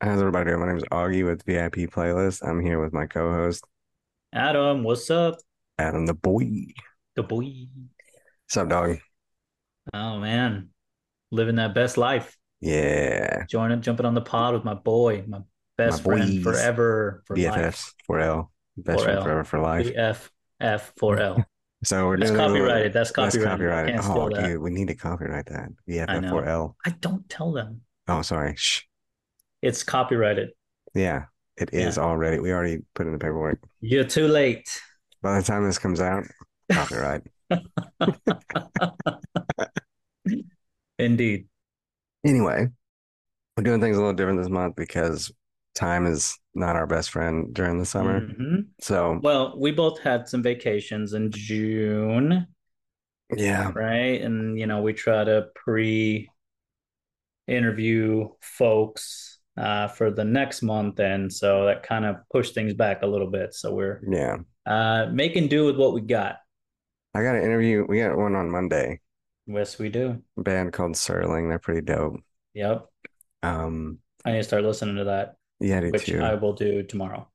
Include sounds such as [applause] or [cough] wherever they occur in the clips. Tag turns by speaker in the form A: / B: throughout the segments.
A: How's everybody doing? My name is Augie with VIP Playlist. I'm here with my co-host
B: Adam, what's up?
A: Adam the Boy.
B: The boy.
A: What's up, dog?
B: Oh man, living that best life.
A: Yeah,
B: Joining, jumping on the pod with my boy, my best
A: My
B: friend
A: boys.
B: forever for life.
A: BFFs, 4L, best friend
B: 4L.
A: forever for life.
B: BF,
A: [laughs]
B: F4L.
A: So we're
B: That's
A: doing a little-
B: copyrighted. That's
A: That's
B: copyrighted.
A: copyrighted.
B: Can't steal
A: Oh,
B: that.
A: dude, we need to copyright that.
B: I
A: BFF
B: know.
A: 4L.
B: I don't tell them.
A: Oh, sorry. Shh.
B: It's copyrighted.
A: Yeah, it is already. We already put in the paperwork.
B: You're too late.
A: By the time this comes
B: [laughs]
A: out, copyright.
B: Indeed.
A: anyway, we're doing things a little different this month because time is not our best friend during the summer.
B: Mhm.
A: So
B: Well, we both had some vacations in June.
A: yeah,
B: right? And you know, we try to pre interview folks uh, for the next month, and so that kind of pushed things back a little bit. So we're
A: yeah.
B: uh, making do with what we got.
A: I got an interview. We got one on Monday.
B: Yes, we do.
A: A band called Serling. They're pretty dope.
B: Yep,
A: Um,
B: I need to start listening to that,
A: yeah, I do
B: which
A: too.
B: I will do tomorrow.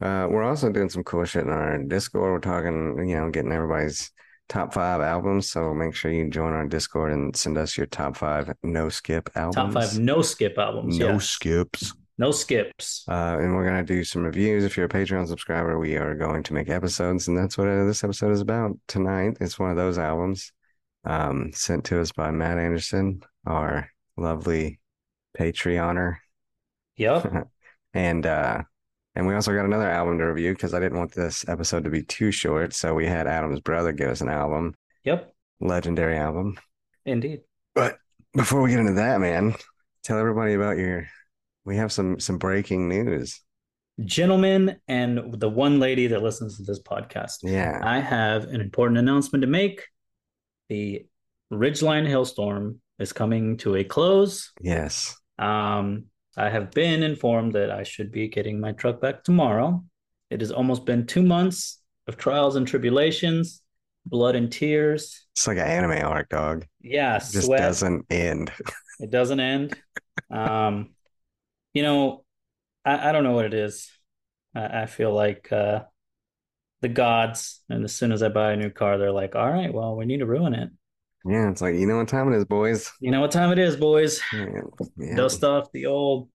A: Uh, we're also doing some cool shit in our Discord. We're talking, you know, getting everybody's top five albums. So make sure you join our Discord and send us your top five no skip albums.
B: Top five no skip albums.
A: no
B: yeah.
A: skips.
B: no skips.
A: Uh, and we're going to do some reviews. If you're a Patreon subscriber, we are going to make episodes. And that's what uh, this episode is about tonight. It's one of those albums um, sent to us by Matt Anderson, our lovely Patreoner. [laughs]
B: Yep.
A: And, uh, and we also got another album to review because I didn't want this episode to be too short. So we had Adam's brother give us an album,
B: yep.
A: legendary album.
B: Indeed.
A: Before we get into that, man, tell everybody about your. We have some some breaking news.
B: Gentlemen and the one lady that listens to this podcast.
A: Yeah.
B: I have an important announcement to make. The Ridgeline Hailstorm is coming to a close.
A: Yes.
B: Um, I have been informed that I should be getting my truck back tomorrow. It has almost been two months of trials and tribulations, blood and tears.
A: It's like an anime arc, dog.
B: Yeah,
A: just
B: sweat.
A: doesn't end.
B: It doesn't end. um, you know, I, I don't know what it is. I, I feel like uh, the gods, and as soon as I buy a new car, they're like, all right, well, we need to ruin it.
A: Yeah, it's like you know what time it is, boys.
B: You know what time it is, boys.
A: Yeah, yeah.
B: Dust off the old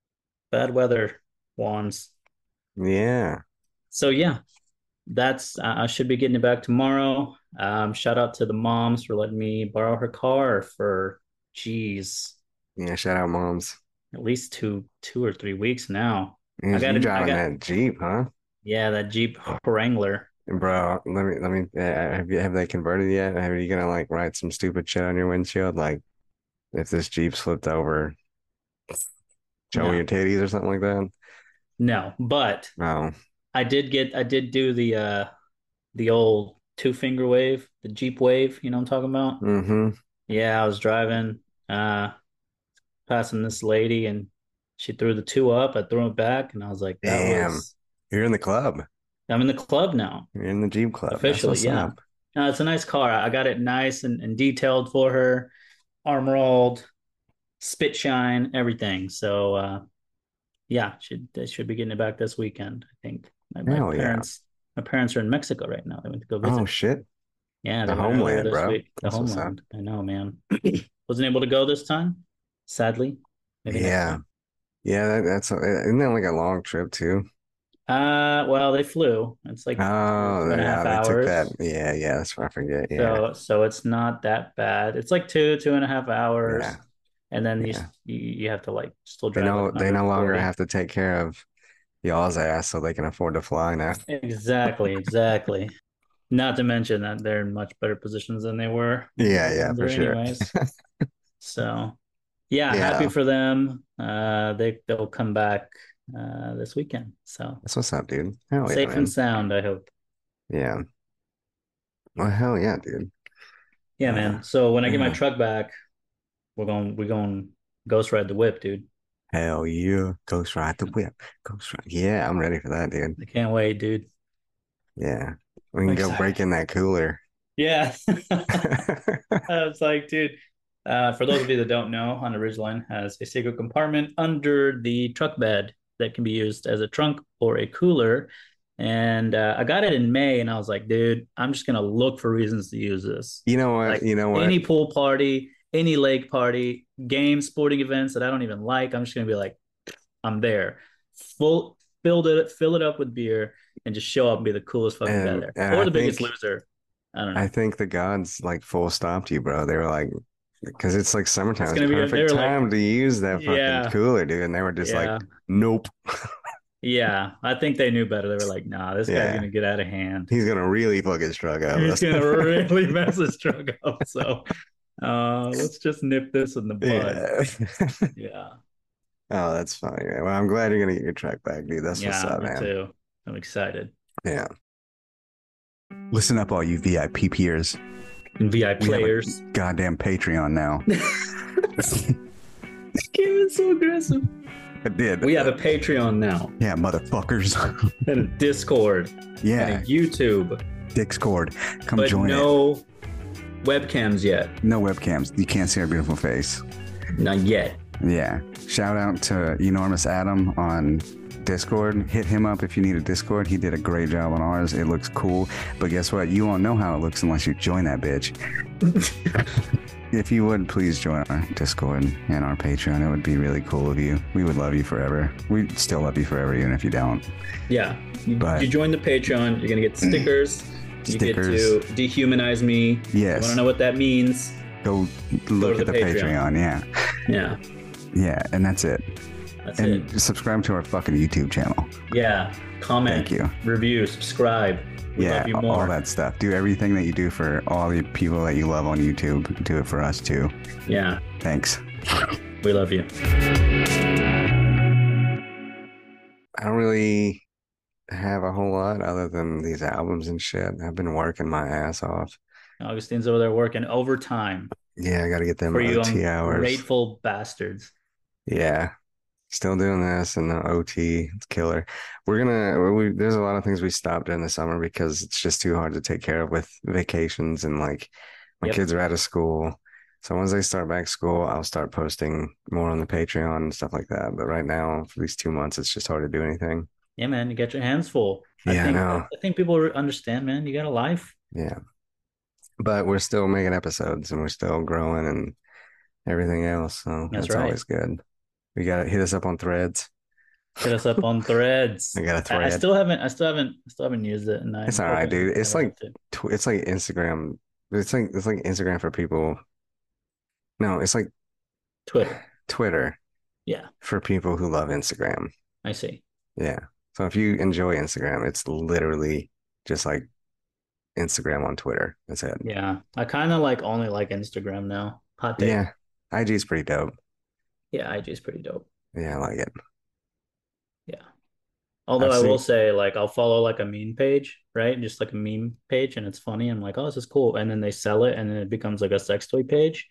B: bad weather wands.
A: Yeah.
B: So yeah, that's I I should be getting it back tomorrow. Um, shout out to the moms for letting me borrow her car for geez,
A: Yeah, Shout out, moms.
B: at least two two or three weeks now.
A: Yeah,
B: I got
A: you
B: it- I
A: driving
B: got-
A: that Jeep, huh,
B: Yeah, that Jeep Wrangler.
A: bro? Let me, let me. uh, Have you have they converted yet? Are you gonna like write some stupid shit on your windshield, like if this Jeep slipped over, show
B: No.
A: your titties or something like that?
B: No, but
A: No.
B: I did get I did do the uh the old two finger wave, the Jeep wave, you know what I'm talking about?
A: Mm-hmm.
B: Yeah, I was driving, uh, passing this lady, and she threw the two up. I threw it back, and I was like, that
A: Damn.
B: was-
A: You're in the club.
B: I'm in the club now.
A: You're in the Jeep club. That's
B: Officially,
A: what's
B: yeah.
A: up.
B: No, Uh, it's a nice car. I got it nice and, and detailed for her, arm rolled, spit shine, everything. So, uh, yeah, should they should be getting it back this weekend, I think. My, my
A: Hell yeah.
B: parents, my parents are in Mexico right now. They went to go visit.
A: Oh shit.
B: Yeah,
A: The
B: they went earlier
A: homeland,
B: this
A: bro.
B: week. The
A: That's what's up.
B: homeland. I know,
A: [clears throat]
B: man. Wasn't able to go this time, sadly. Maybe next
A: Yeah.
B: time.
A: Yeah. That, that's uh, isn't that like a long trip too?
B: Uh, well, they flew. It's like
A: Oh,
B: two and a
A: yeah,
B: half
A: they took
B: hours.
A: that. Yeah, yeah, that's what I forget. Yeah,
B: so so it's not that bad. It's like two, two and a half hours,
A: Yeah.
B: and then you,
A: Yeah.
B: you you have to like still
A: they
B: drive.
A: no,
B: like
A: they no longer
B: 140.
A: have to take care of y'all's ass, so they can afford to fly now.
B: Exactly, exactly. Not to mention that they're in much better positions than they were.
A: Yeah, yeah, for
B: They're
A: sure. [laughs]
B: Anyways. so, yeah,
A: Yeah.
B: happy for them. Uh, they they'll come back uh this weekend. So
A: That's what's up, dude. Hell Oh, yeah,
B: safe
A: man.
B: and sound, I hope.
A: Yeah. Well, hell yeah, dude.
B: Yeah,
A: Yeah.
B: man. So when I get my
A: Yeah.
B: truck back, we're going we're going ghost ride the whip, dude.
A: Hell yeah, Ghost Ride the Whip. Ghost Ride. Yeah, I'm ready for that, dude.
B: I can't wait, dude.
A: Yeah, we can go
B: Excited. [laughs]
A: break in that cooler.
B: Yeah. I was like, dude, Uh, for those of you that don't know, Honda Ridgeline has a secret compartment under the truck bed that can be used as a trunk or a cooler. And uh, I got it in May, and I was like, dude, I'm just gonna look for reasons to use this.
A: [laughs] You know what?
B: Like,
A: you know what?
B: Any pool party, any lake party, games, sporting events that I don't even like, I'm just gonna be like, I'm there. Full filled it, fill it up with beer, and just show up and be the coolest fucking guy
A: And-
B: there,
A: and
B: or
A: I
B: the biggest
A: think-
B: loser. I don't know.
A: I think the gods like full stopped you, bro. They were like, because it's like summertime,
B: It's
A: it's,
B: gonna be- they
A: perfect
B: were like-
A: time to use that fucking
B: Yeah.
A: cooler, dude. And they were just
B: Yeah.
A: like, nope, [laughs]
B: Yeah, I think they knew better. They were like, "Nah, this guy's
A: Yeah.
B: gonna get out of hand.
A: he's gonna really fuck his truck up. [laughs]
B: He's gonna really mess this truck up." So, uh, let's just nip this in the bud.
A: yeah. [laughs]
B: Yeah,
A: oh, that's funny. Man. Well, I'm glad you're gonna get your truck back, dude. That's what's
B: Yeah,
A: up,
B: me
A: man.
B: too. I'm excited.
A: Yeah. Listen up, all you VIP peers.
B: And VI
C: We have a-
B: players.
C: goddamn Patreon
B: [laughs]
C: now.
B: Kevin's so aggressive.
C: I did.
B: We have a Patreon now,
C: yeah, motherfuckers. [laughs]
B: and a Discord,
C: yeah,
B: and a YouTube,
C: Discord. Come
B: but
C: join
B: no webcams yet.
C: it. No webcams. You can't see our beautiful face.
B: Not yet.
C: Yeah. Shout out to Enormous Adam on Discord. Hit him up if you need a Discord. He did a great job on ours. It looks cool. But guess what? You won't know how it looks unless you join that
B: [laughs]
C: bitch. if you would please join our Discord and our Patreon, it would be really cool of you. We would love you forever. We still love you forever, even if you don't.
B: Yeah. You-
C: But-
B: you join the Patreon, you're gonna get stickers. You get to
C: Stickers.
B: dehumanize me.
C: Yes.
B: I want to know what that means.
C: go look
B: to
C: at the,
B: the Patreon.
C: Patreon. Yeah.
B: Yeah,
C: Yeah. And that's it.
B: that's
C: And
B: it.
C: subscribe to our fucking YouTube channel.
B: Yeah, comment,
C: Thank you.
B: review, subscribe. We
C: yeah.
B: love you
C: all-
B: more.
C: All that stuff. Do everything that you do for all the people that you love on YouTube. Do it for us too.
B: Yeah,
C: Thanks.
B: we love you.
A: I don't really have a whole lot other than these albums and shit. I've been working my ass off.
B: Augustine's over there working overtime
A: Yeah, I got to get them
B: for you um,
A: OT hours.
B: ungrateful bastards.
A: Yeah. Still doing this and the OT. It's killer. We're gonna we there's a lot of things we stopped doing this summer because it's just too hard to take care of with vacations and like my
B: Yep.
A: kids are out of school. So once they start back school, I'll start posting more on the Patreon and stuff like that. But right now, for these two months, it's just hard to do anything.
B: Yeah, man, you got your hands full.
A: Yeah, I
B: think,
A: know.
B: I think people re- understand, man. You got a life.
A: Yeah. But we're still making episodes and we're still growing and everything else. So
B: That's
A: that's,
B: right.
A: always good. We got to hit us up on threads.
B: Hit us up on Threads.
A: [laughs] I got a
B: I, I
A: thread.
B: still haven't. I still haven't. I still haven't used it. And I'm
A: It's all right,
B: hoping
A: dude. It's
B: I
A: like-
B: will
A: tw- it's like Instagram. It's like it's like Instagram for people. No, it's like
B: Twitter.
A: Twitter
B: Yeah,
A: for people who love Instagram.
B: I see.
A: Yeah. So if you enjoy Instagram, it's literally just like Instagram on Twitter. That's it.
B: Yeah, I kind of like only like Instagram now. Hot take.
A: Yeah. IG's pretty dope.
B: Yeah, IG is pretty dope.
A: Yeah, I like it.
B: Although I
A: I've
B: will say, like, I'll follow like a meme page, right? Just like a meme page, and it's funny. I'm like, oh, this is cool. And then they sell it, and then it becomes like a sex toy page.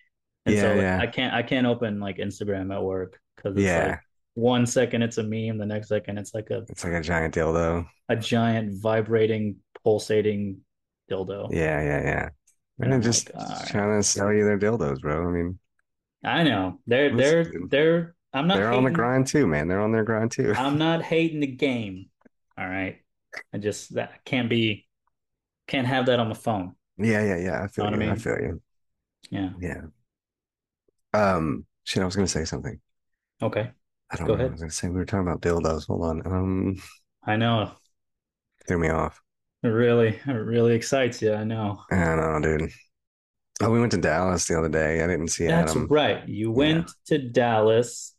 B: And
A: Yeah,
B: so like,
A: yeah.
B: I can't, I can't open like Instagram at work because it's
A: Yeah.
B: like one second it's a meme, the next second it's like a
A: It's like a giant dildo.
B: a giant vibrating, pulsating dildo.
A: Yeah, yeah, yeah. And
B: And I'm
A: I'm just
B: like, "Alright."
A: trying to sell you their dildos, bro. I mean,
B: I know they're
A: Listen,
B: they're
A: dude.
B: they're. I'm not.
A: they're on the
B: hating-
A: grind [laughs] too, man. They're on their grind too.
B: I'm not hating the game. All right. I just that can't be can't have that on the phone.
A: [laughs] Yeah, yeah, yeah. I feel
B: Know what I
A: you. I
B: mean?
A: feel you.
B: Yeah.
A: Yeah. Um, shit, I was gonna say something.
B: Okay.
A: I don't know.
B: Go
A: what
B: ahead.
A: I was gonna say we were talking about dildos. Hold on. Um,
B: I know.
A: threw me off.
B: It really it really excites you. I know.
A: I don't know, dude. Oh, we went to Dallas the other day. I didn't see
B: That's
A: Adam.
B: right. You went to Dallas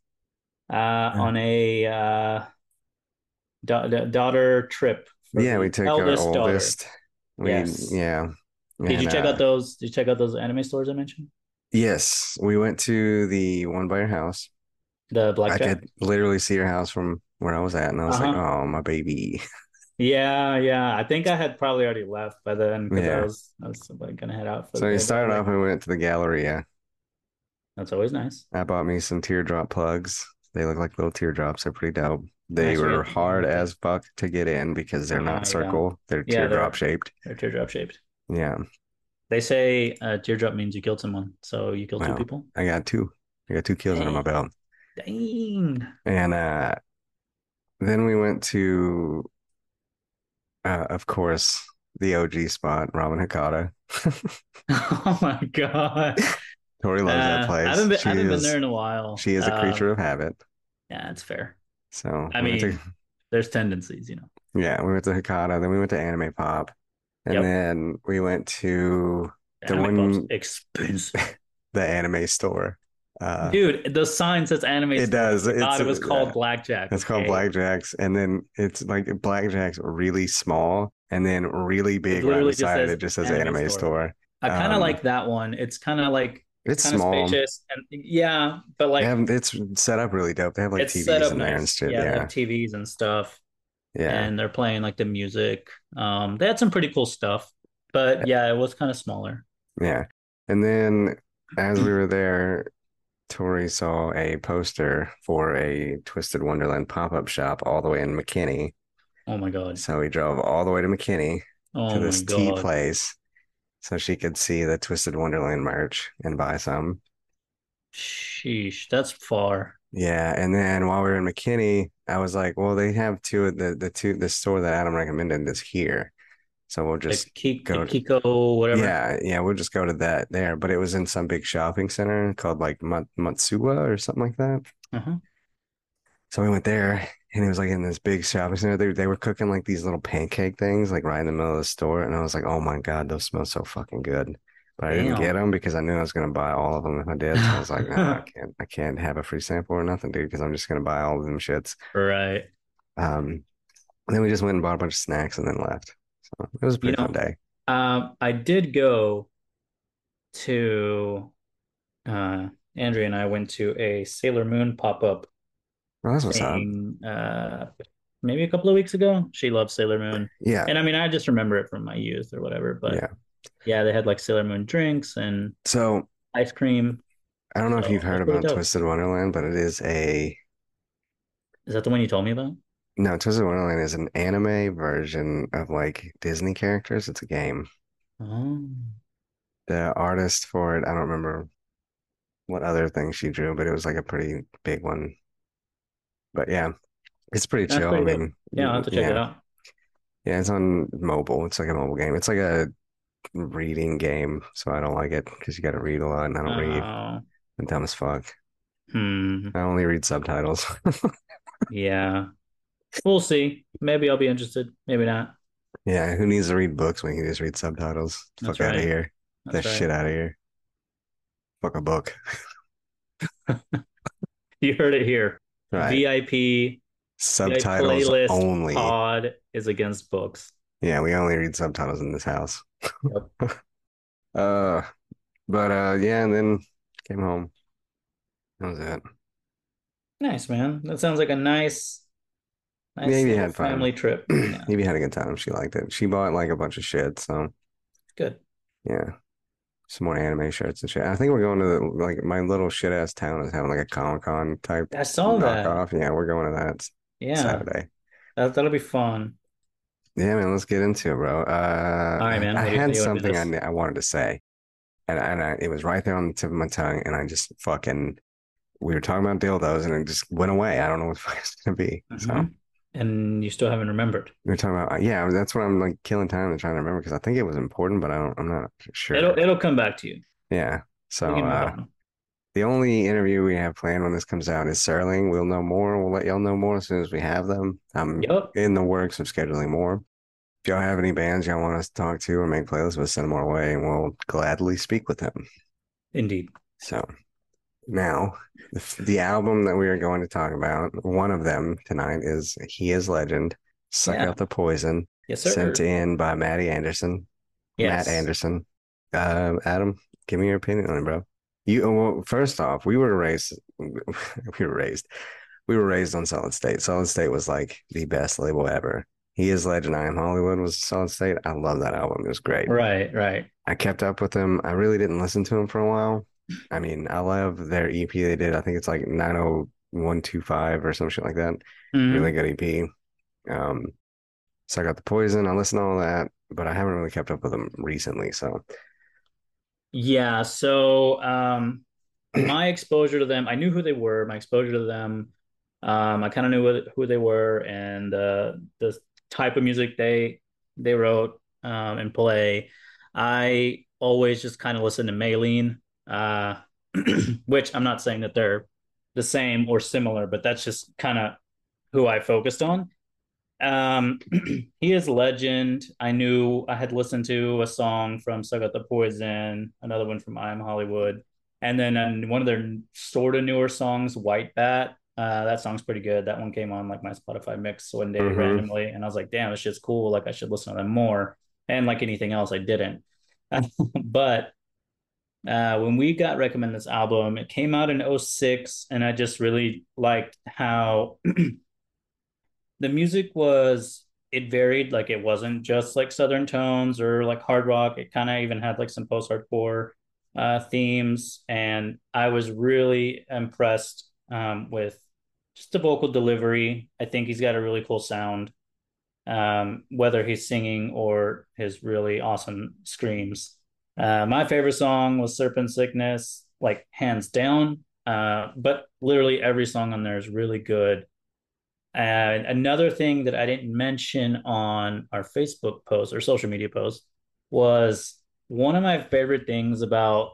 B: uh on a uh da- da- daughter trip. for
A: Yeah,
B: the
A: we took our
B: daughter.
A: oldest. We,
B: Yes.
A: yeah.
B: Did you
A: And,
B: check
A: uh,
B: out those did you check out those anime stores I mentioned?
A: Yes, we went to the one by your house.
B: The
A: I
B: blackjack?
A: could literally see your house from where I was at, and I was like,
B: Uh-huh.
A: "Oh, my baby."
B: Yeah, yeah. I think I had probably already left by then because I
A: Yeah.
B: was I was like, gonna head out for
A: So
B: the day,
A: we
B: but
A: started
B: like,
A: off and we went to the Galleria.
B: That's always nice.
A: I bought me some teardrop plugs. They look like little teardrops. They're pretty dope. They
B: Nice,
A: were
B: right?
A: hard as fuck to get in because they're
B: Ah, yeah.
A: not circle. They're
B: Yeah, they're-
A: teardrop shaped.
B: They're teardrop shaped.
A: Yeah.
B: They say a teardrop means you killed someone, so you killed
A: Wow.
B: two people.
A: I got two. I got two kills under my
B: Dang.
A: belt.
B: Dang. [laughs]
A: And uh, then we went to, uh, of course, the OG spot, Ramen Hakata.
B: Oh my god.
A: [laughs] Tori loves
B: Uh,
A: that place.
B: I haven't been,
A: she
B: I haven't been
A: is,
B: there in a while.
A: She is a
B: Um,
A: creature of habit.
B: Yeah, that's fair.
A: So
B: I
A: we went to-
B: mean, there's tendencies, you know.
A: [laughs] yeah, we went to Hakata, then we went to Anime Pop, and
B: Yep.
A: then we went to The
B: Anime
A: one-
B: Pop's expensive.
A: the anime store. [laughs] Uh,
B: Dude, the sign says anime.
A: it does. It's,
B: God, it was called
A: yeah.
B: Blackjack.
A: It's called
B: okay?
A: blackjacks, and then it's like blackjacks really small, and then really big right
B: literally just
A: beside
B: says
A: it. Just says
B: anime
A: anime,
B: store.
A: store.
B: I kind of
A: um,
B: like that one. It's kind of like
A: It's
B: kind of
A: small.
B: spacious and yeah, but like
A: they have, it's set up really dope. They have like
B: it's set
A: TVs
B: up
A: in there and
B: nice.
A: shit.
B: yeah, they have
A: Yeah,
B: TVs and stuff,
A: yeah.
B: and they're playing like the music. Um, they had some pretty cool stuff, but yeah, it was kind of smaller.
A: Yeah. And then as
B: [clears throat]
A: we were there, Tori saw a poster for a Twisted Wonderland pop up shop all the way in McKinney.
B: Oh my god.
A: So we drove all the way to McKinney
B: Oh
A: to
B: my
A: this tea
B: god.
A: place so she could see the Twisted Wonderland merch and buy some.
B: Sheesh, that's far.
A: Yeah. And then while we were in McKinney, I was like, well, they have two of the, the two, the store that Adam recommended is here. So we'll
B: Like
A: just
B: Ki-
A: go to-
B: Kiko, whatever.
A: Yeah, yeah, we'll just go to that there. But it was in some big shopping center called like Mat- Matsuwa or something like that.
B: Uh-huh.
A: So we went there and it was like in this big shopping center. They, they were cooking like these little pancake things like right in the middle of the store. And I was like, oh my God, those smell so fucking good. But I didn't
B: Damn.
A: get them because I knew I was going to buy all of them if I did. So I was like, nah,
B: [laughs]
A: I can't, I can't have a free sample or nothing, dude, because I'm just going to buy all of them shits.
B: Right.
A: Um, and then we just went and bought a bunch of snacks and then left. So it was a
B: You
A: pretty fun
B: know,
A: day.
B: Um, I did go to uh Andrea and I went to a Sailor Moon pop-up
A: Well, that's what's up.
B: thing uh maybe a couple of weeks ago. She loves Sailor Moon.
A: Yeah.
B: And I mean I just remember it from my youth or whatever, but
A: Yeah.
B: yeah, they had like Sailor Moon drinks and
A: So
B: ice cream.
A: I don't know if
B: So
A: you've heard
B: that's pretty
A: about
B: Oh, dope.
A: Twisted Wonderland, but it is a
B: Is that the one you told me about?
A: no, Twisted Wonderland is an anime version of like Disney characters. It's a game.
B: Oh.
A: The artist for it, I don't remember what other thing she drew, but it was like a pretty big one. But yeah, it's pretty
B: That's
A: chill. I
B: pretty dope.
A: mean,
B: Yeah, I'll have to check it
A: yeah,
B: out.
A: yeah, it's on mobile. It's like a mobile game. It's like a reading game, so I don't like it because you got to read a lot, and I don't read.
B: Oh.
A: I'm dumb as fuck.
B: Hmm.
A: I only read subtitles.
B: Yeah. We'll see. Maybe I'll be interested. Maybe not.
A: Yeah, who needs to read books when you can just read subtitles?
B: That's
A: Fuck out of
B: right.
A: here. Get
B: That's
A: that
B: right.
A: shit out of here. Fuck a book.
B: You heard it here.
A: Right.
B: VIP
A: subtitles
B: playlist Uh,
A: only.
B: pod is against books.
A: yeah, we only read subtitles in this house.
B: Yep.
A: [laughs] uh but uh yeah, and then came home. That was it. [clears throat]
B: Nice, man. That sounds like a nice, nice
A: Maybe you
B: little
A: had fun. [clears throat]
B: family trip. Yeah,
A: Evie had a good time. She liked it. She bought like a bunch of shit, so
B: good.
A: yeah. Some more anime shirts and shit. I think we're going to the, like my little shit ass town is having like a Comic Con type
B: I saw that.
A: knockoff. Yeah, we're going to that
B: Yeah.
A: Saturday.
B: That, that'll be fun.
A: Yeah, man, let's get into it, bro. Uh,
B: All right, man,
A: I
B: what do
A: had
B: you- what do you wanna do
A: something I,
B: this?
A: kn- I wanted to say, and, and I, it was right there on the tip of my tongue, and I just fucking, we were talking about dildos, and it just went away. I don't know what the [laughs] fuck it's gonna be. So
B: Mhm. And you still haven't remembered.
A: we were talking about, uh, yeah, that's what I'm like killing time and trying to remember because I think it was important, but I don't, I'm not sure.
B: It'll it'll come back to you.
A: yeah. So
B: We can move
A: uh,
B: on.
A: the only interview we have planned when this comes out is Serling. We'll know more. We'll let y'all know more as soon as we have them. I'm
B: Yep.
A: in the works of scheduling more. If y'all have any bands y'all want us to talk to or make playlists with, send them our way and we'll gladly speak with them.
B: Indeed.
A: So now, the, the album that we are going to talk about, one of them tonight is He is Legend, Suck
B: Yeah.
A: Out the Poison,
B: Yes, sir.
A: sent in by Maddie Anderson.
B: Yes.
A: Matt Anderson. Um, Adam, give me your opinion on it, bro. You uh, well, first off, we were raised, [laughs] we were raised, we were raised on Solid State. Solid State was like the best label ever. He is legend. I am Hollywood was Solid State. I love that album. It was great.
B: Right, right.
A: I kept up with them. I really didn't listen to them for a while. I mean, I love their EP they did. I think it's like 90125 or some shit like that
B: Mhm.
A: really good EP. Um, so I got the poison. I listened to all that, but I haven't really kept up with them recently. So
B: Yeah. So um, my exposure to them, I knew who they were. My exposure to them, um, I kind of knew what, who they were and uh, the type of music they they wrote um, and play. I always just kind of listen to Maylene, uh, [clears throat] which I'm not saying that they're the same or similar, but that's just kind of who I focused on. Um, [clears throat] he is legend. I knew I had listened to a song from Suck Out the Poison, another one from I Am Hollywood, and then um, one of their sort of newer songs, White Bat. Uh, that song's pretty good. That one came on like my Spotify mix one day
A: Mhm.
B: randomly, and I was like, "Damn, this shit's cool. Like I should listen to them more." And like anything else, I didn't. [laughs] but uh, when we got recommended this album, it came out in 06, and I just really liked how [clears throat] the music was it varied like it wasn't just like southern tones or like hard rock it kind of even had like some post hardcore uh themes and i was really impressed um with just the vocal delivery i think he's got a really cool sound um whether he's singing or his really awesome screams uh my favorite song was serpent sickness like hands down uh but literally every song on there is really good and another thing that I didn't mention on our Facebook post or social media post was one of my favorite things about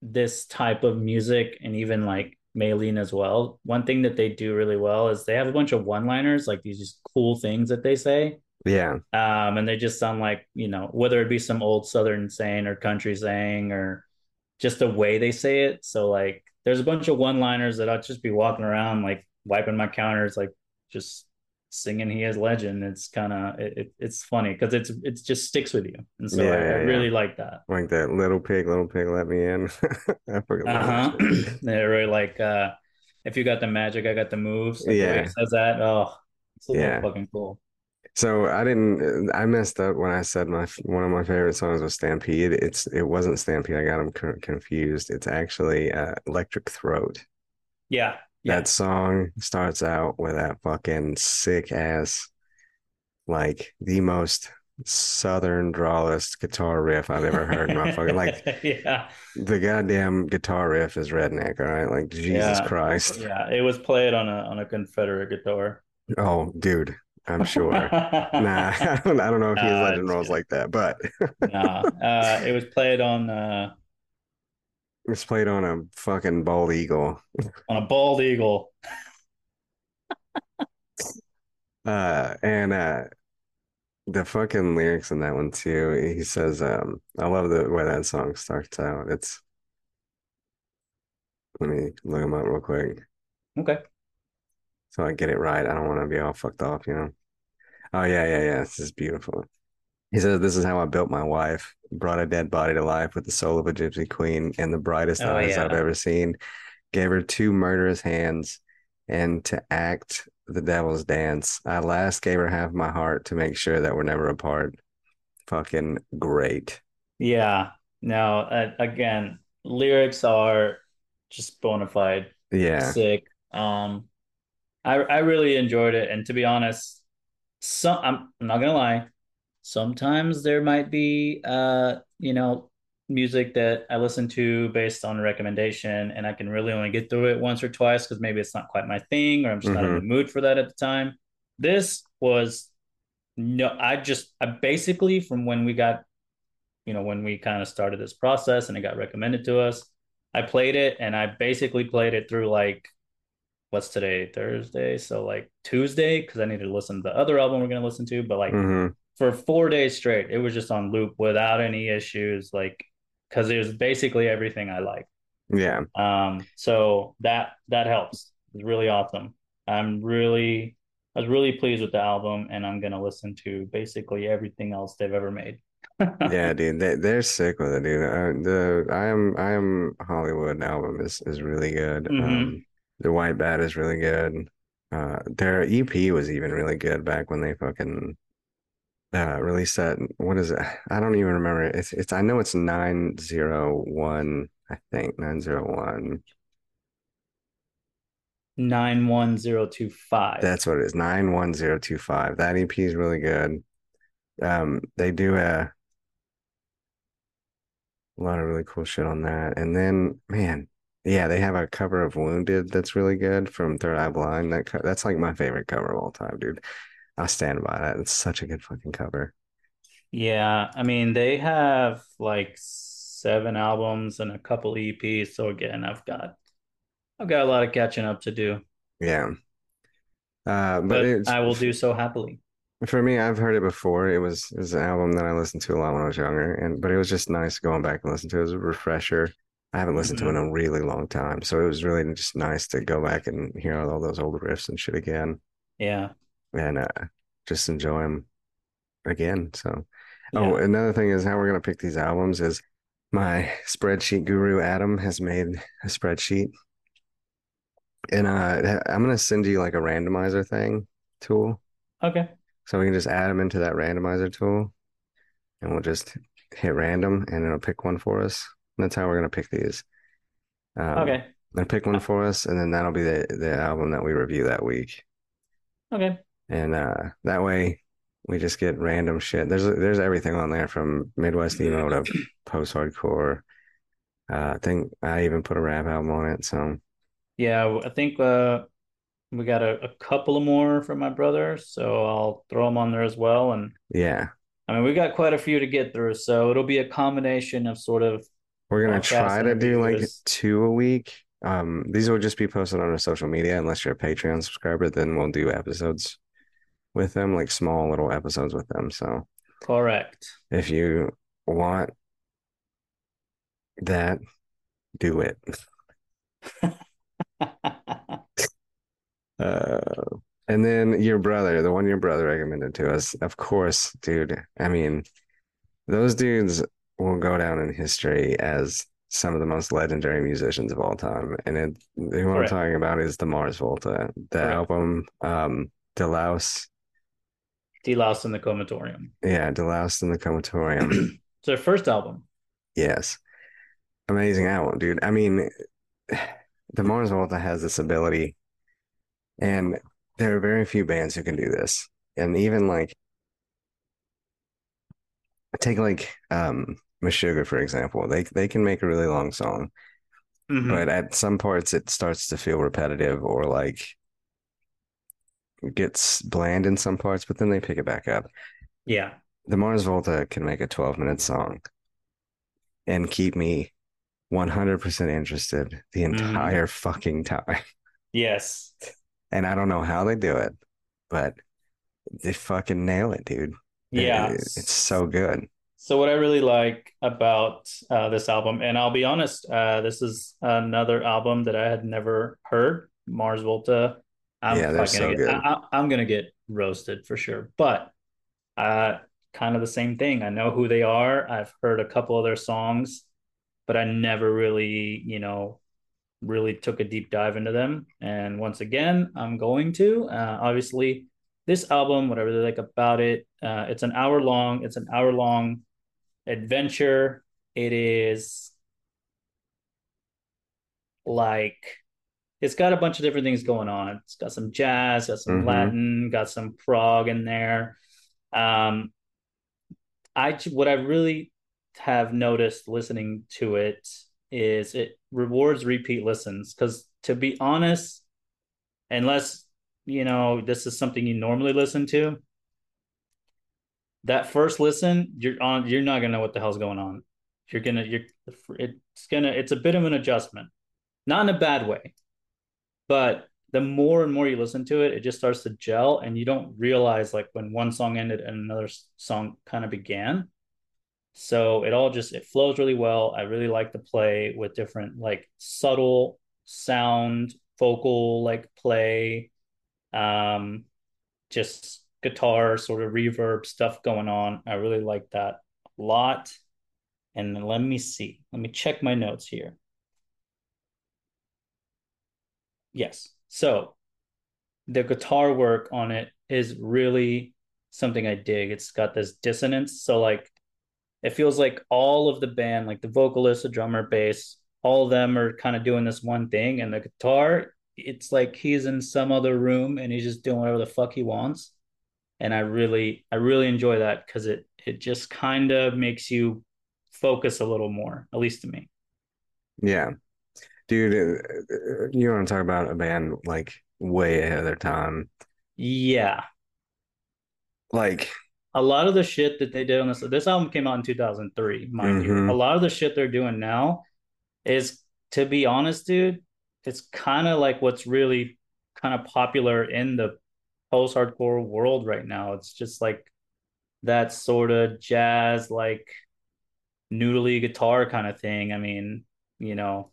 B: this type of music and even like Maylene as well. One thing that they do really well is they have a bunch of one liners, like these just cool things that they say.
A: Yeah.
B: Um, and they just sound like, you know, whether it be some old Southern saying or country saying or just the way they say it. So like there's a bunch of one liners that I'll just be walking around like wiping my counters, like just singing he is legend. It's kind of it, it- it's funny because it's it just sticks with you. And so
A: Yeah,
B: I, I
A: yeah, yeah.
B: really like that.
A: Like that little pig, little pig, let me in. [laughs] I forget.
B: Uh-huh. [clears throat] they really like uh if you got the magic, I got the moves. Like, the way
A: Yeah.
B: it says that. Oh it's so
A: Yeah.
B: fucking cool.
A: [clears throat] So I didn't. I messed up when I said my one of my favorite songs was Stampede. It's it wasn't Stampede. I got them confused. It's actually uh, Electric Throat.
B: Yeah. Yeah.
A: That song starts out with that fucking sick ass, like the most southern drawlest guitar riff I've ever heard. my fucking
B: [laughs]
A: like
B: yeah.
A: the goddamn guitar riff is redneck. All right, like Jesus
B: Yeah.
A: Christ.
B: Yeah. It was played on a on a Confederate guitar.
A: Oh, dude, I'm
B: [laughs]
A: sure. nah, [laughs] I don't, I don't know if he's
B: Nah,
A: legend
B: it's
A: rolls
B: good.
A: like that, but [laughs]
B: nah. Uh, it was played on uh,
A: it's played on a fucking bald eagle.
B: on a bald eagle.
A: Uh, and uh, the fucking lyrics in that one too. He says, um, I love the way that song starts out. It's let me look him up real quick
B: Okay.
A: so I get it right. I don't want to be all fucked off, you know. Oh yeah, yeah, yeah. This is beautiful. He says, "This is how I built my wife, brought a dead body to life with the soul of a gypsy queen and the brightest
B: Oh,
A: eyes
B: yeah.
A: I've ever seen. Gave her two murderous hands, and to act the devil's dance. I last gave her half my heart to make sure that we're never apart. Fucking great.
B: Yeah. No. Uh, again, lyrics are just bona fide.
A: Yeah,
B: sick. Um, I I really enjoyed it, and to be honest, some I'm, I'm not gonna lie. Sometimes there might be uh you know music that I listen to based on a recommendation, and I can really only get through it once or twice because maybe it's not quite my thing, or I'm just not in the mood for that at the time. This was no, I just I basically from when we got you know when we kind of started this process and it got recommended to us. I played it and I basically played it through like what's today Thursday so like Tuesday because I needed to listen to the other album we're gonna listen to but like
A: hmm
B: for four days straight it was just on loop without any issues like because it was basically everything I like
A: yeah.
B: um so that that helps it's really awesome I'm really I was really pleased with the album and I'm gonna listen to basically everything else they've ever made
A: yeah, dude, they they're sick with it, dude. Uh, the I am I am Hollywood album is is really good.
B: Mhm.
A: Um, the White Bat is really good. Uh, their EP was even really good back when they fucking uh released that. What is it? [sighs] I don't even remember. It's it's I know it's nine zero one. I think nine zero one.
B: 91025
A: That's what it is. Nine one zero two five. That EP is really good. Um, they do a a lot of really cool shit on that. And then, man, yeah, they have a cover of Wounded that's really good from Third Eye Blind. That co- that's like my favorite cover of all time, dude. I stand by that. It's such a good fucking cover.
B: Yeah, I mean they have like seven albums and a couple EPs. So again, I've got I've got a lot of catching up to do,
A: Yeah. Uh, but,
B: but
A: it's,
B: I will do so happily.
A: for me, I've heard it before. It was it was an album that I listened to a lot when I was younger, and but it was just nice going back and listen to. It It was a refresher. I haven't listened to it in a really long time, so it was really just nice to go back and hear all those old riffs and shit again,
B: Yeah.
A: and uh, just enjoy them again. So,
B: yeah.
A: oh, another thing is how we're gonna pick these albums is my spreadsheet guru Adam has made a spreadsheet, and uh, I'm gonna send you like a randomizer thing tool.
B: Okay.
A: So we can just add them into that randomizer tool and we'll just hit random and it'll pick one for us. And that's how we're going to pick these. Um,
B: Okay.
A: It'll pick one for us and then that'll be the, the album that we review that week.
B: Okay.
A: And uh, that way we just get random shit. There's there's everything on there from Midwest emo to post hardcore. Uh, I think I even put a rap album on it. So
B: Yeah, I think uh, we got a, a couple of more from my brother, so I'll throw them on there as well. And
A: yeah,
B: I mean, we got quite a few to get through, so it'll be a combination of sort of
A: We're gonna
B: Podcast
A: try to do like
B: interviews.
A: two a week. Um, these will just be posted on our social media unless you're a Patreon subscriber. Then we'll do episodes with them, like small little episodes with them. So
B: correct. [laughs]
A: if you want that, do it. Uh, and then your brother, the one your brother recommended to us, of course, dude. I mean, those dudes will go down in history as some of the most legendary musicians of all time. And it, the one I'm
B: Correct.
A: talking about is the Mars Volta, the
B: Correct.
A: album, um, Delouse,
B: D Louse in the Comatorium.
A: yeah, Delouse and the Comatorium.
B: It's their first album.
A: Yes. Amazing album, dude. I mean, [sighs] the Mars Volta has this ability, and there are very few bands who can do this. And even like, take like um Meshuggah, for example. They they can make a really long song,
B: Mhm.
A: but at some parts it starts to feel repetitive or like gets bland in some parts, but then they pick it back up
B: Yeah.
A: the Mars Volta can make a 12 minute song and keep me 100% interested the
B: Mhm.
A: entire fucking time. [laughs]
B: Yes.
A: And I don't know how they do it, but they fucking nail it, dude. It-
B: Yeah.
A: it's so good.
B: So what I really like about uh, this album, and I'll be honest, uh, this is another album that I had never heard, Mars Volta. I'm
A: Yeah, they're
B: fucking
A: so
B: gonna get,
A: good.
B: I, I, am gonna get roasted for sure, but uh, kind of the same thing. I know who they are. I've heard a couple of their songs, but I never really, you know, really took a deep dive into them. And once again, I'm going to. Uh, obviously, this album, whatever they like about it, uh, it's an hour long. It's an hour long adventure. It is like it's got a bunch of different things going on. It's got some jazz, got some
A: Mhm.
B: Latin, got some prog in there. Um, I j- what I really have noticed listening to it is it rewards repeat listens because to be honest, unless you know this is something you normally listen to, that first listen you're on you're not gonna know what the hell's going on you're gonna you're it's gonna it's a bit of an adjustment not in a bad way but the more and more you listen to it it just starts to gel and you don't realize like when one song ended and another s- song kind of began so it all just it flows really well i really like to play with different like subtle sound vocal like play um just guitar sort of reverb stuff going on. I really like that a lot. And then let me see. Let me check my notes here. Yes. So the guitar work on it is really something I dig. It's got this dissonance. So, like, it feels like all of the band, like the vocalist, the drummer, bass, all of them are kind of doing this one thing. And the guitar, it's like he's in some other room and he's just doing whatever the fuck he wants. And I really, I really enjoy that because it, it just kind of makes you focus a little more, at least to me.
A: Yeah. Dude, uh, uh, you want to talk about a band like way ahead of their time.
B: Yeah.
A: Like,
B: A lot of the shit that they did on this this album came out in 2003, mind
A: Mhm.
B: you. A lot of the shit they're doing now is to be honest, dude, it's kind of like what's really kind of popular in the post-hardcore world right now. It's just like that sort of jazz like noodly guitar kind of thing. I mean, you know,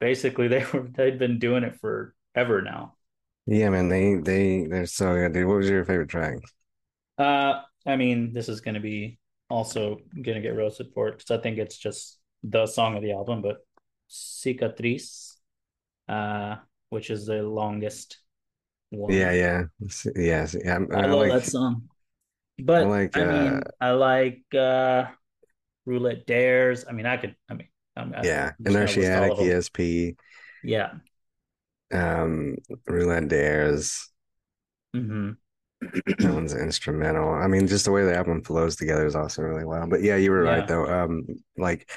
B: basically [laughs] they were they've been doing it forever now.
A: yeah, man, they they they're so good, dude. What was your favorite track?
B: Uh, I mean, this is going to be also going to get roasted for it because I think it's just the song of the album, but Cicatriz, uh, which is the longest one.
A: Yeah, yeah, S- yeah. s- yeah, I,
B: I
A: I
B: love
A: like
B: that song. But
A: like,
B: I mean,
A: uh,
B: I like uh, Roulette Dares. I mean, I could, I mean, I'm, I-
A: yeah,
B: I'm just gonna list all
A: Inertiatic
B: of them.
A: ESP,
B: Yeah.
A: um, Roulette Dares.
B: hmm
A: [clears throat] That one's instrumental. I mean, just the way the album flows together is also really well. But yeah, you were
B: Yeah.
A: right though. Um, like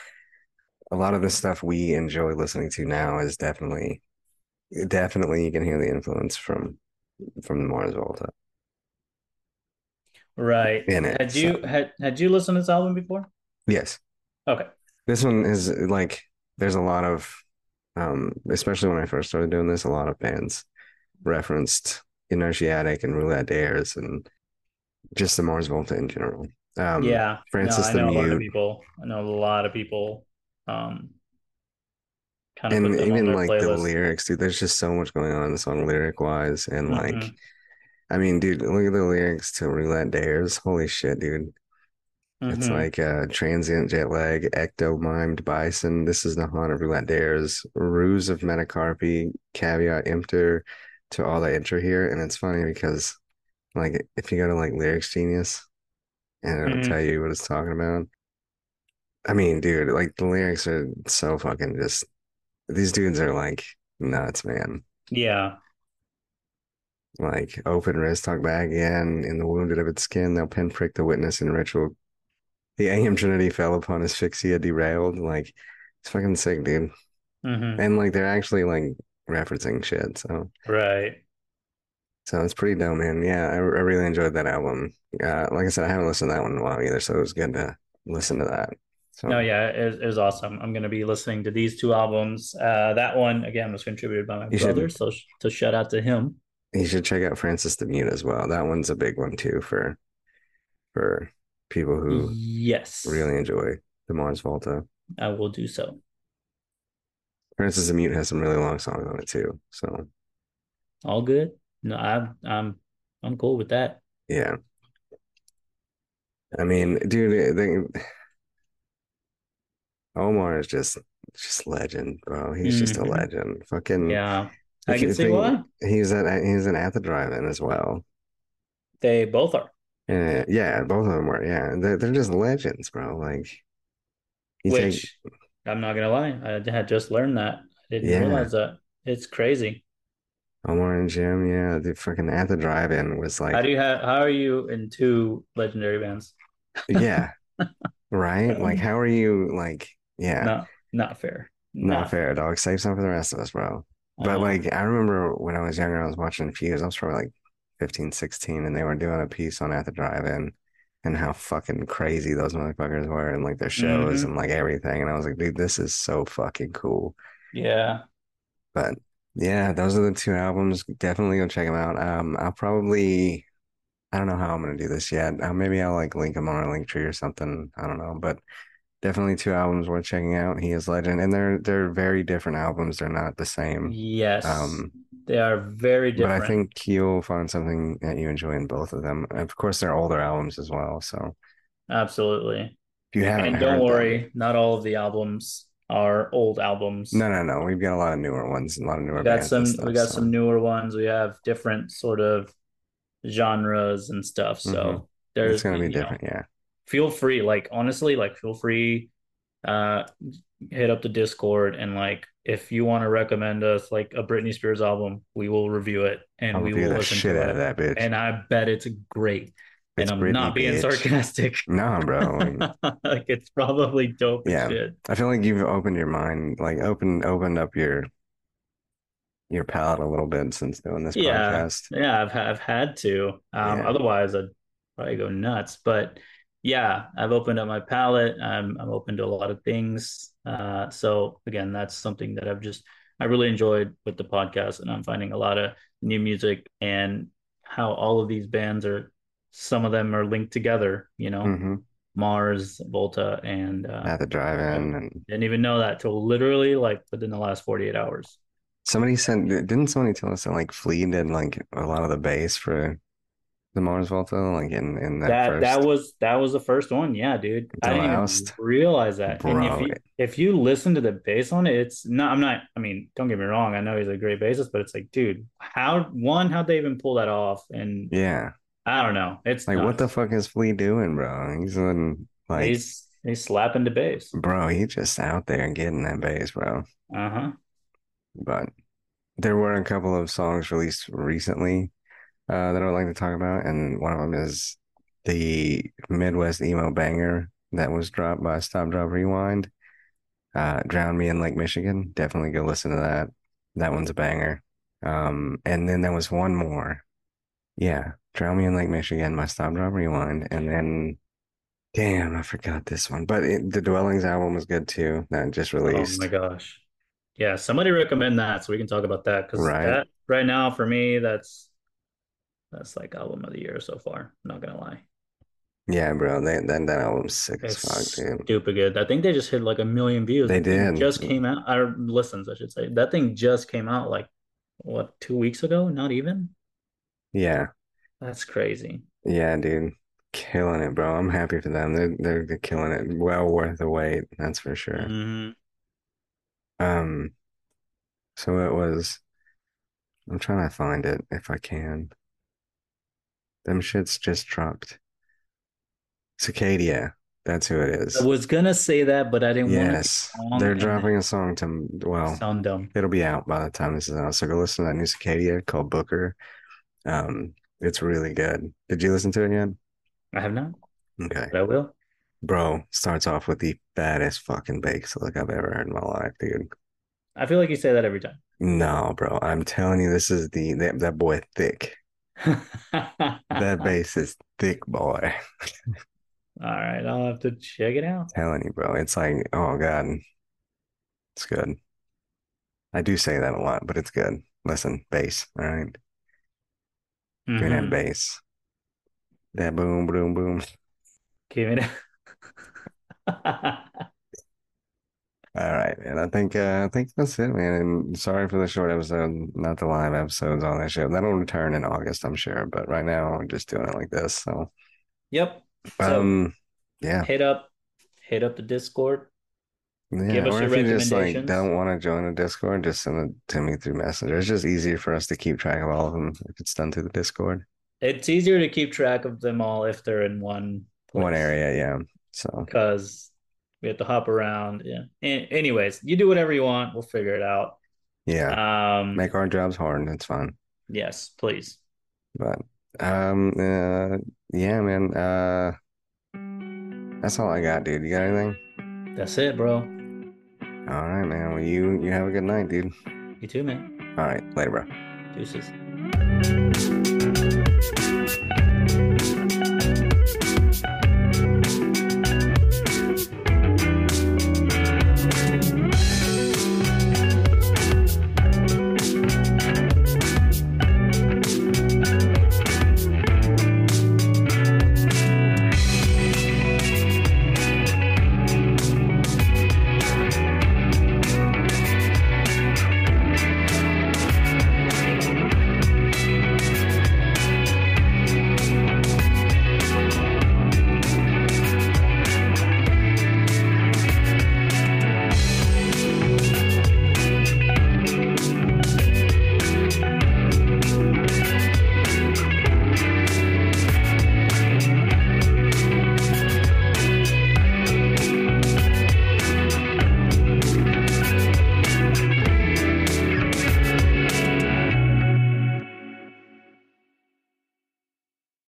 A: a lot of the stuff we enjoy listening to now is definitely, definitely you can hear the influence from from the Mars Volta
B: Right.
A: in it.
B: Had
A: so-
B: you had had you listened to this album before?
A: Yes.
B: Okay.
A: This one is like there's a lot of um especially when I first started doing this, a lot of bands referenced Inertiatic and Roulette Airs and just the Mars Volta in general. Um
B: Yeah, no,
A: Francis
B: I
A: the
B: know a lot of
A: Mute.
B: people. I know a lot of people. Um, kind of
A: and
B: put them on
A: even
B: their
A: like the
B: playlist.
A: lyrics, dude, there's just so much going on in the song lyric wise and like
B: Mhm.
A: I mean, dude, look at the lyrics to Roulette Dares. Holy shit, dude. It's
B: Mhm.
A: like uh, transient jet lag, ecto mimed bison. This is the haunt of roulette dares, ruse of metacarpy, caveat emptor to all that enter here. And it's funny because, like, if you go to like Lyrics Genius and it'll
B: Mhm.
A: tell you what it's talking about. I mean, dude, like the lyrics are so fucking just. These dudes are like nuts, man.
B: yeah,
A: Like open wrist, talk back again. In the wounded of its skin, they'll pinprick the witness in ritual. The AM Trinity fell upon asphyxia, derailed. Like it's fucking sick, dude.
B: Mhm.
A: And like they're actually like referencing shit. So
B: right.
A: so it's pretty dope, man. Yeah, I, I really enjoyed that album. Uh, like I said, I haven't listened to that one in a while either, so it was good to listen to that. So
B: No, Oh, yeah, it, it was awesome. I'm gonna be listening to these two albums. Uh, that one again was contributed by my
A: You should-
B: brother, so so shout out to him.
A: you should check out Francis the Mute as well. That one's a big one too for for people who
B: Yes,
A: really enjoy the Mars Volta.
B: I will do so.
A: Francis the Mute has some really long songs on it too. So
B: All good. No, I'm I'm I'm cool with that.
A: yeah. I mean, dude, they, Omar is just just legend, bro. He's just a
B: Mhm.
A: legend. Fucking
B: Yeah, I
A: if
B: can
A: you
B: see
A: think-
B: why
A: He's at he's an at the drive-in as well.
B: they both are.
A: And yeah, both of them were. Yeah, they're, they're just legends, bro. Like you take-
B: Which I'm not gonna lie, I had just learned that. I didn't
A: Yeah.
B: realize that. It's crazy.
A: Omar and Jim, yeah, the fucking at the drive-in was like,
B: How do you have? How are you in two legendary bands? [laughs]
A: yeah, right? Like, how are you? Like, yeah,
B: Not not fair.
A: not fair, dog. Save some for the rest of us, bro. But
B: Um,
A: like, I remember when I was younger, I was watching Fuse. I was probably like 15, 16, and they were doing a piece on at the drive-in and how fucking crazy those motherfuckers were and like their shows
B: Mhm.
A: and like everything. And I was like, dude, this is so fucking cool.
B: yeah,
A: But yeah, those are the two albums. Definitely go check them out. Um, I'll probably, I don't know how I'm gonna do this yet. Uh, maybe I'll like link them on our link tree or something. I don't know, but definitely two albums worth checking out. He is legend, and they're they're very different albums. They're not the same.
B: yes,
A: Um,
B: they are very
A: but
B: different.
A: I think you'll find something that you enjoy in both of them. Of course, they're older albums as well. So
B: absolutely.
A: if you haven't,
B: And
A: heard
B: don't
A: them-
B: worry, not all of the albums are old albums.
A: No, no, no. We've got a lot of newer ones, a lot of newer
B: we got
A: bands.
B: some.
A: and stuff,
B: we got
A: so.
B: some newer ones. We have different sort of genres and stuff. So
A: Mhm.
B: there's
A: It's gonna be
B: you know,
A: different. Yeah.
B: feel free like honestly like feel free uh hit up the discord and like if you want to recommend us like a Britney Spears album we will review it and
A: I'll
B: we
A: review
B: will
A: the
B: listen
A: shit
B: to
A: out
B: it
A: of that bitch.
B: and I bet it's great and
A: It's
B: I'm
A: Britney,
B: not being
A: bitch.
B: sarcastic.
A: No, bro. like,
B: [laughs] like it's probably dope
A: Yeah.
B: as shit.
A: I feel like you've opened your mind, like open opened up your your palate a little bit since doing this
B: Yeah.
A: podcast.
B: Yeah, I've I've had to. Um,
A: Yeah.
B: Otherwise, I'd probably go nuts. But yeah, I've opened up my palate. I'm I'm open to a lot of things. Uh, so again, that's something that I've just I really enjoyed with the podcast, and I'm finding a lot of new music and how all of these bands are. Some of them are linked together. You know,
A: Mm-hmm.
B: Mars, Volta, and uh,
A: At the drive-in, and
B: didn't even know that till literally like within the last 48 hours.
A: somebody sent. Didn't somebody tell us that like Flea did like a lot of the bass for the Mars Volta, like in in that,
B: that
A: first?
B: that was that was the first one yeah dude i didn't even
A: Blast.
B: realize that and
A: Bro.
B: if you if you listen to the bass on it it's not i'm not i mean don't get me wrong i know he's a great bassist but it's like dude how one how'd they even pull that off and
A: yeah.
B: i don't know it's
A: Like, what the
B: nuts.
A: fuck is Flea doing, bro? He's in like,
B: he's he's slapping the bass
A: bro, he just out there getting that bass, bro.
B: uh-huh
A: but there were a couple of songs released recently uh, that I would like to talk about, and one of them is the Midwest emo banger that was dropped by Stop Drop Rewind, uh, "Drown Me in Lake Michigan." Definitely go listen to that. That one's a banger. Um, and then there was one more, yeah, "Drown Me in Lake Michigan" by Stop Drop Rewind, and then. Damn, I forgot this one. But it, the Dwellings album was good too. That just
B: oh
A: released.
B: my gosh yeah somebody recommend that so we can talk about that because
A: Right.
B: that right now for me that's that's like album of the year so far i'm not gonna lie
A: Yeah, bro, that that that album's sick as fuck,
B: It's
A: dude.
B: stupid good. I think they just hit like a million views.
A: They
B: That thing
A: did.
B: Just came out, or listens, I should say. That thing just came out like what, two weeks ago? Not even?
A: Yeah,
B: That's crazy.
A: yeah, dude, killing it, bro. I'm happy for them. They're they're, they're killing it. Well worth the wait, that's for sure.
B: Mhm.
A: Um, so it was. I'm trying to find it if I can. Them shits just dropped. Cicadia, that's who it is.
B: I was gonna say that, but I didn't want
A: Yes,
B: wrong
A: they're
B: and then-
A: dropping a song to.
B: to
A: Well,
B: sound dumb.
A: it'll be out by the time this is out. So go listen to that new Cicadia called Booker. Um, it's really good. Did you listen to it yet?
B: I have not,
A: Okay.
B: but I will.
A: Bro starts off with the fattest fucking bass lick I've ever heard in my life, dude.
B: I feel like you say that every time.
A: No, bro, I'm telling you, this is the that, that boy thick.
B: [laughs]
A: That bass is thick, boy.
B: All right, I'll have to check it out.
A: telling you, bro. It's like, oh god, it's good. I do say that a lot, but it's good. Listen, bass, all right? Give me that
B: Mhm.
A: bass. That boom, boom, boom.
B: Mm-hmm. Give me that.
A: All right, man. I think uh, I think that's it, man. And sorry for the short episode, not the live episodes on that show. That'll return in August, I'm sure. But right now, we're just doing it like this. So,
B: [laughs] Yep. So-
A: um, yeah,
B: Hit up hit up the Discord.
A: yeah.
B: give us
A: or
B: your
A: if you just like
B: recommendations.
A: don't want to join a Discord, just send it to me through Messenger. It's just easier for us to keep track of all of them if it's done through the Discord,
B: It's easier to keep track of them all if they're in one
A: one
B: place.
A: area. Yeah. So,
B: because we have to hop around. Yeah. An- anyways, you do whatever you want. We'll figure it out.
A: yeah,
B: Um.
A: make our jobs hard. It's fun.
B: yes, please.
A: But um, uh, yeah, man. Uh, that's all I got, dude. You got anything?
B: That's it, bro.
A: All right, man. Well, you you have a good night, dude.
B: You too, man.
A: All right, later, bro.
B: Deuces.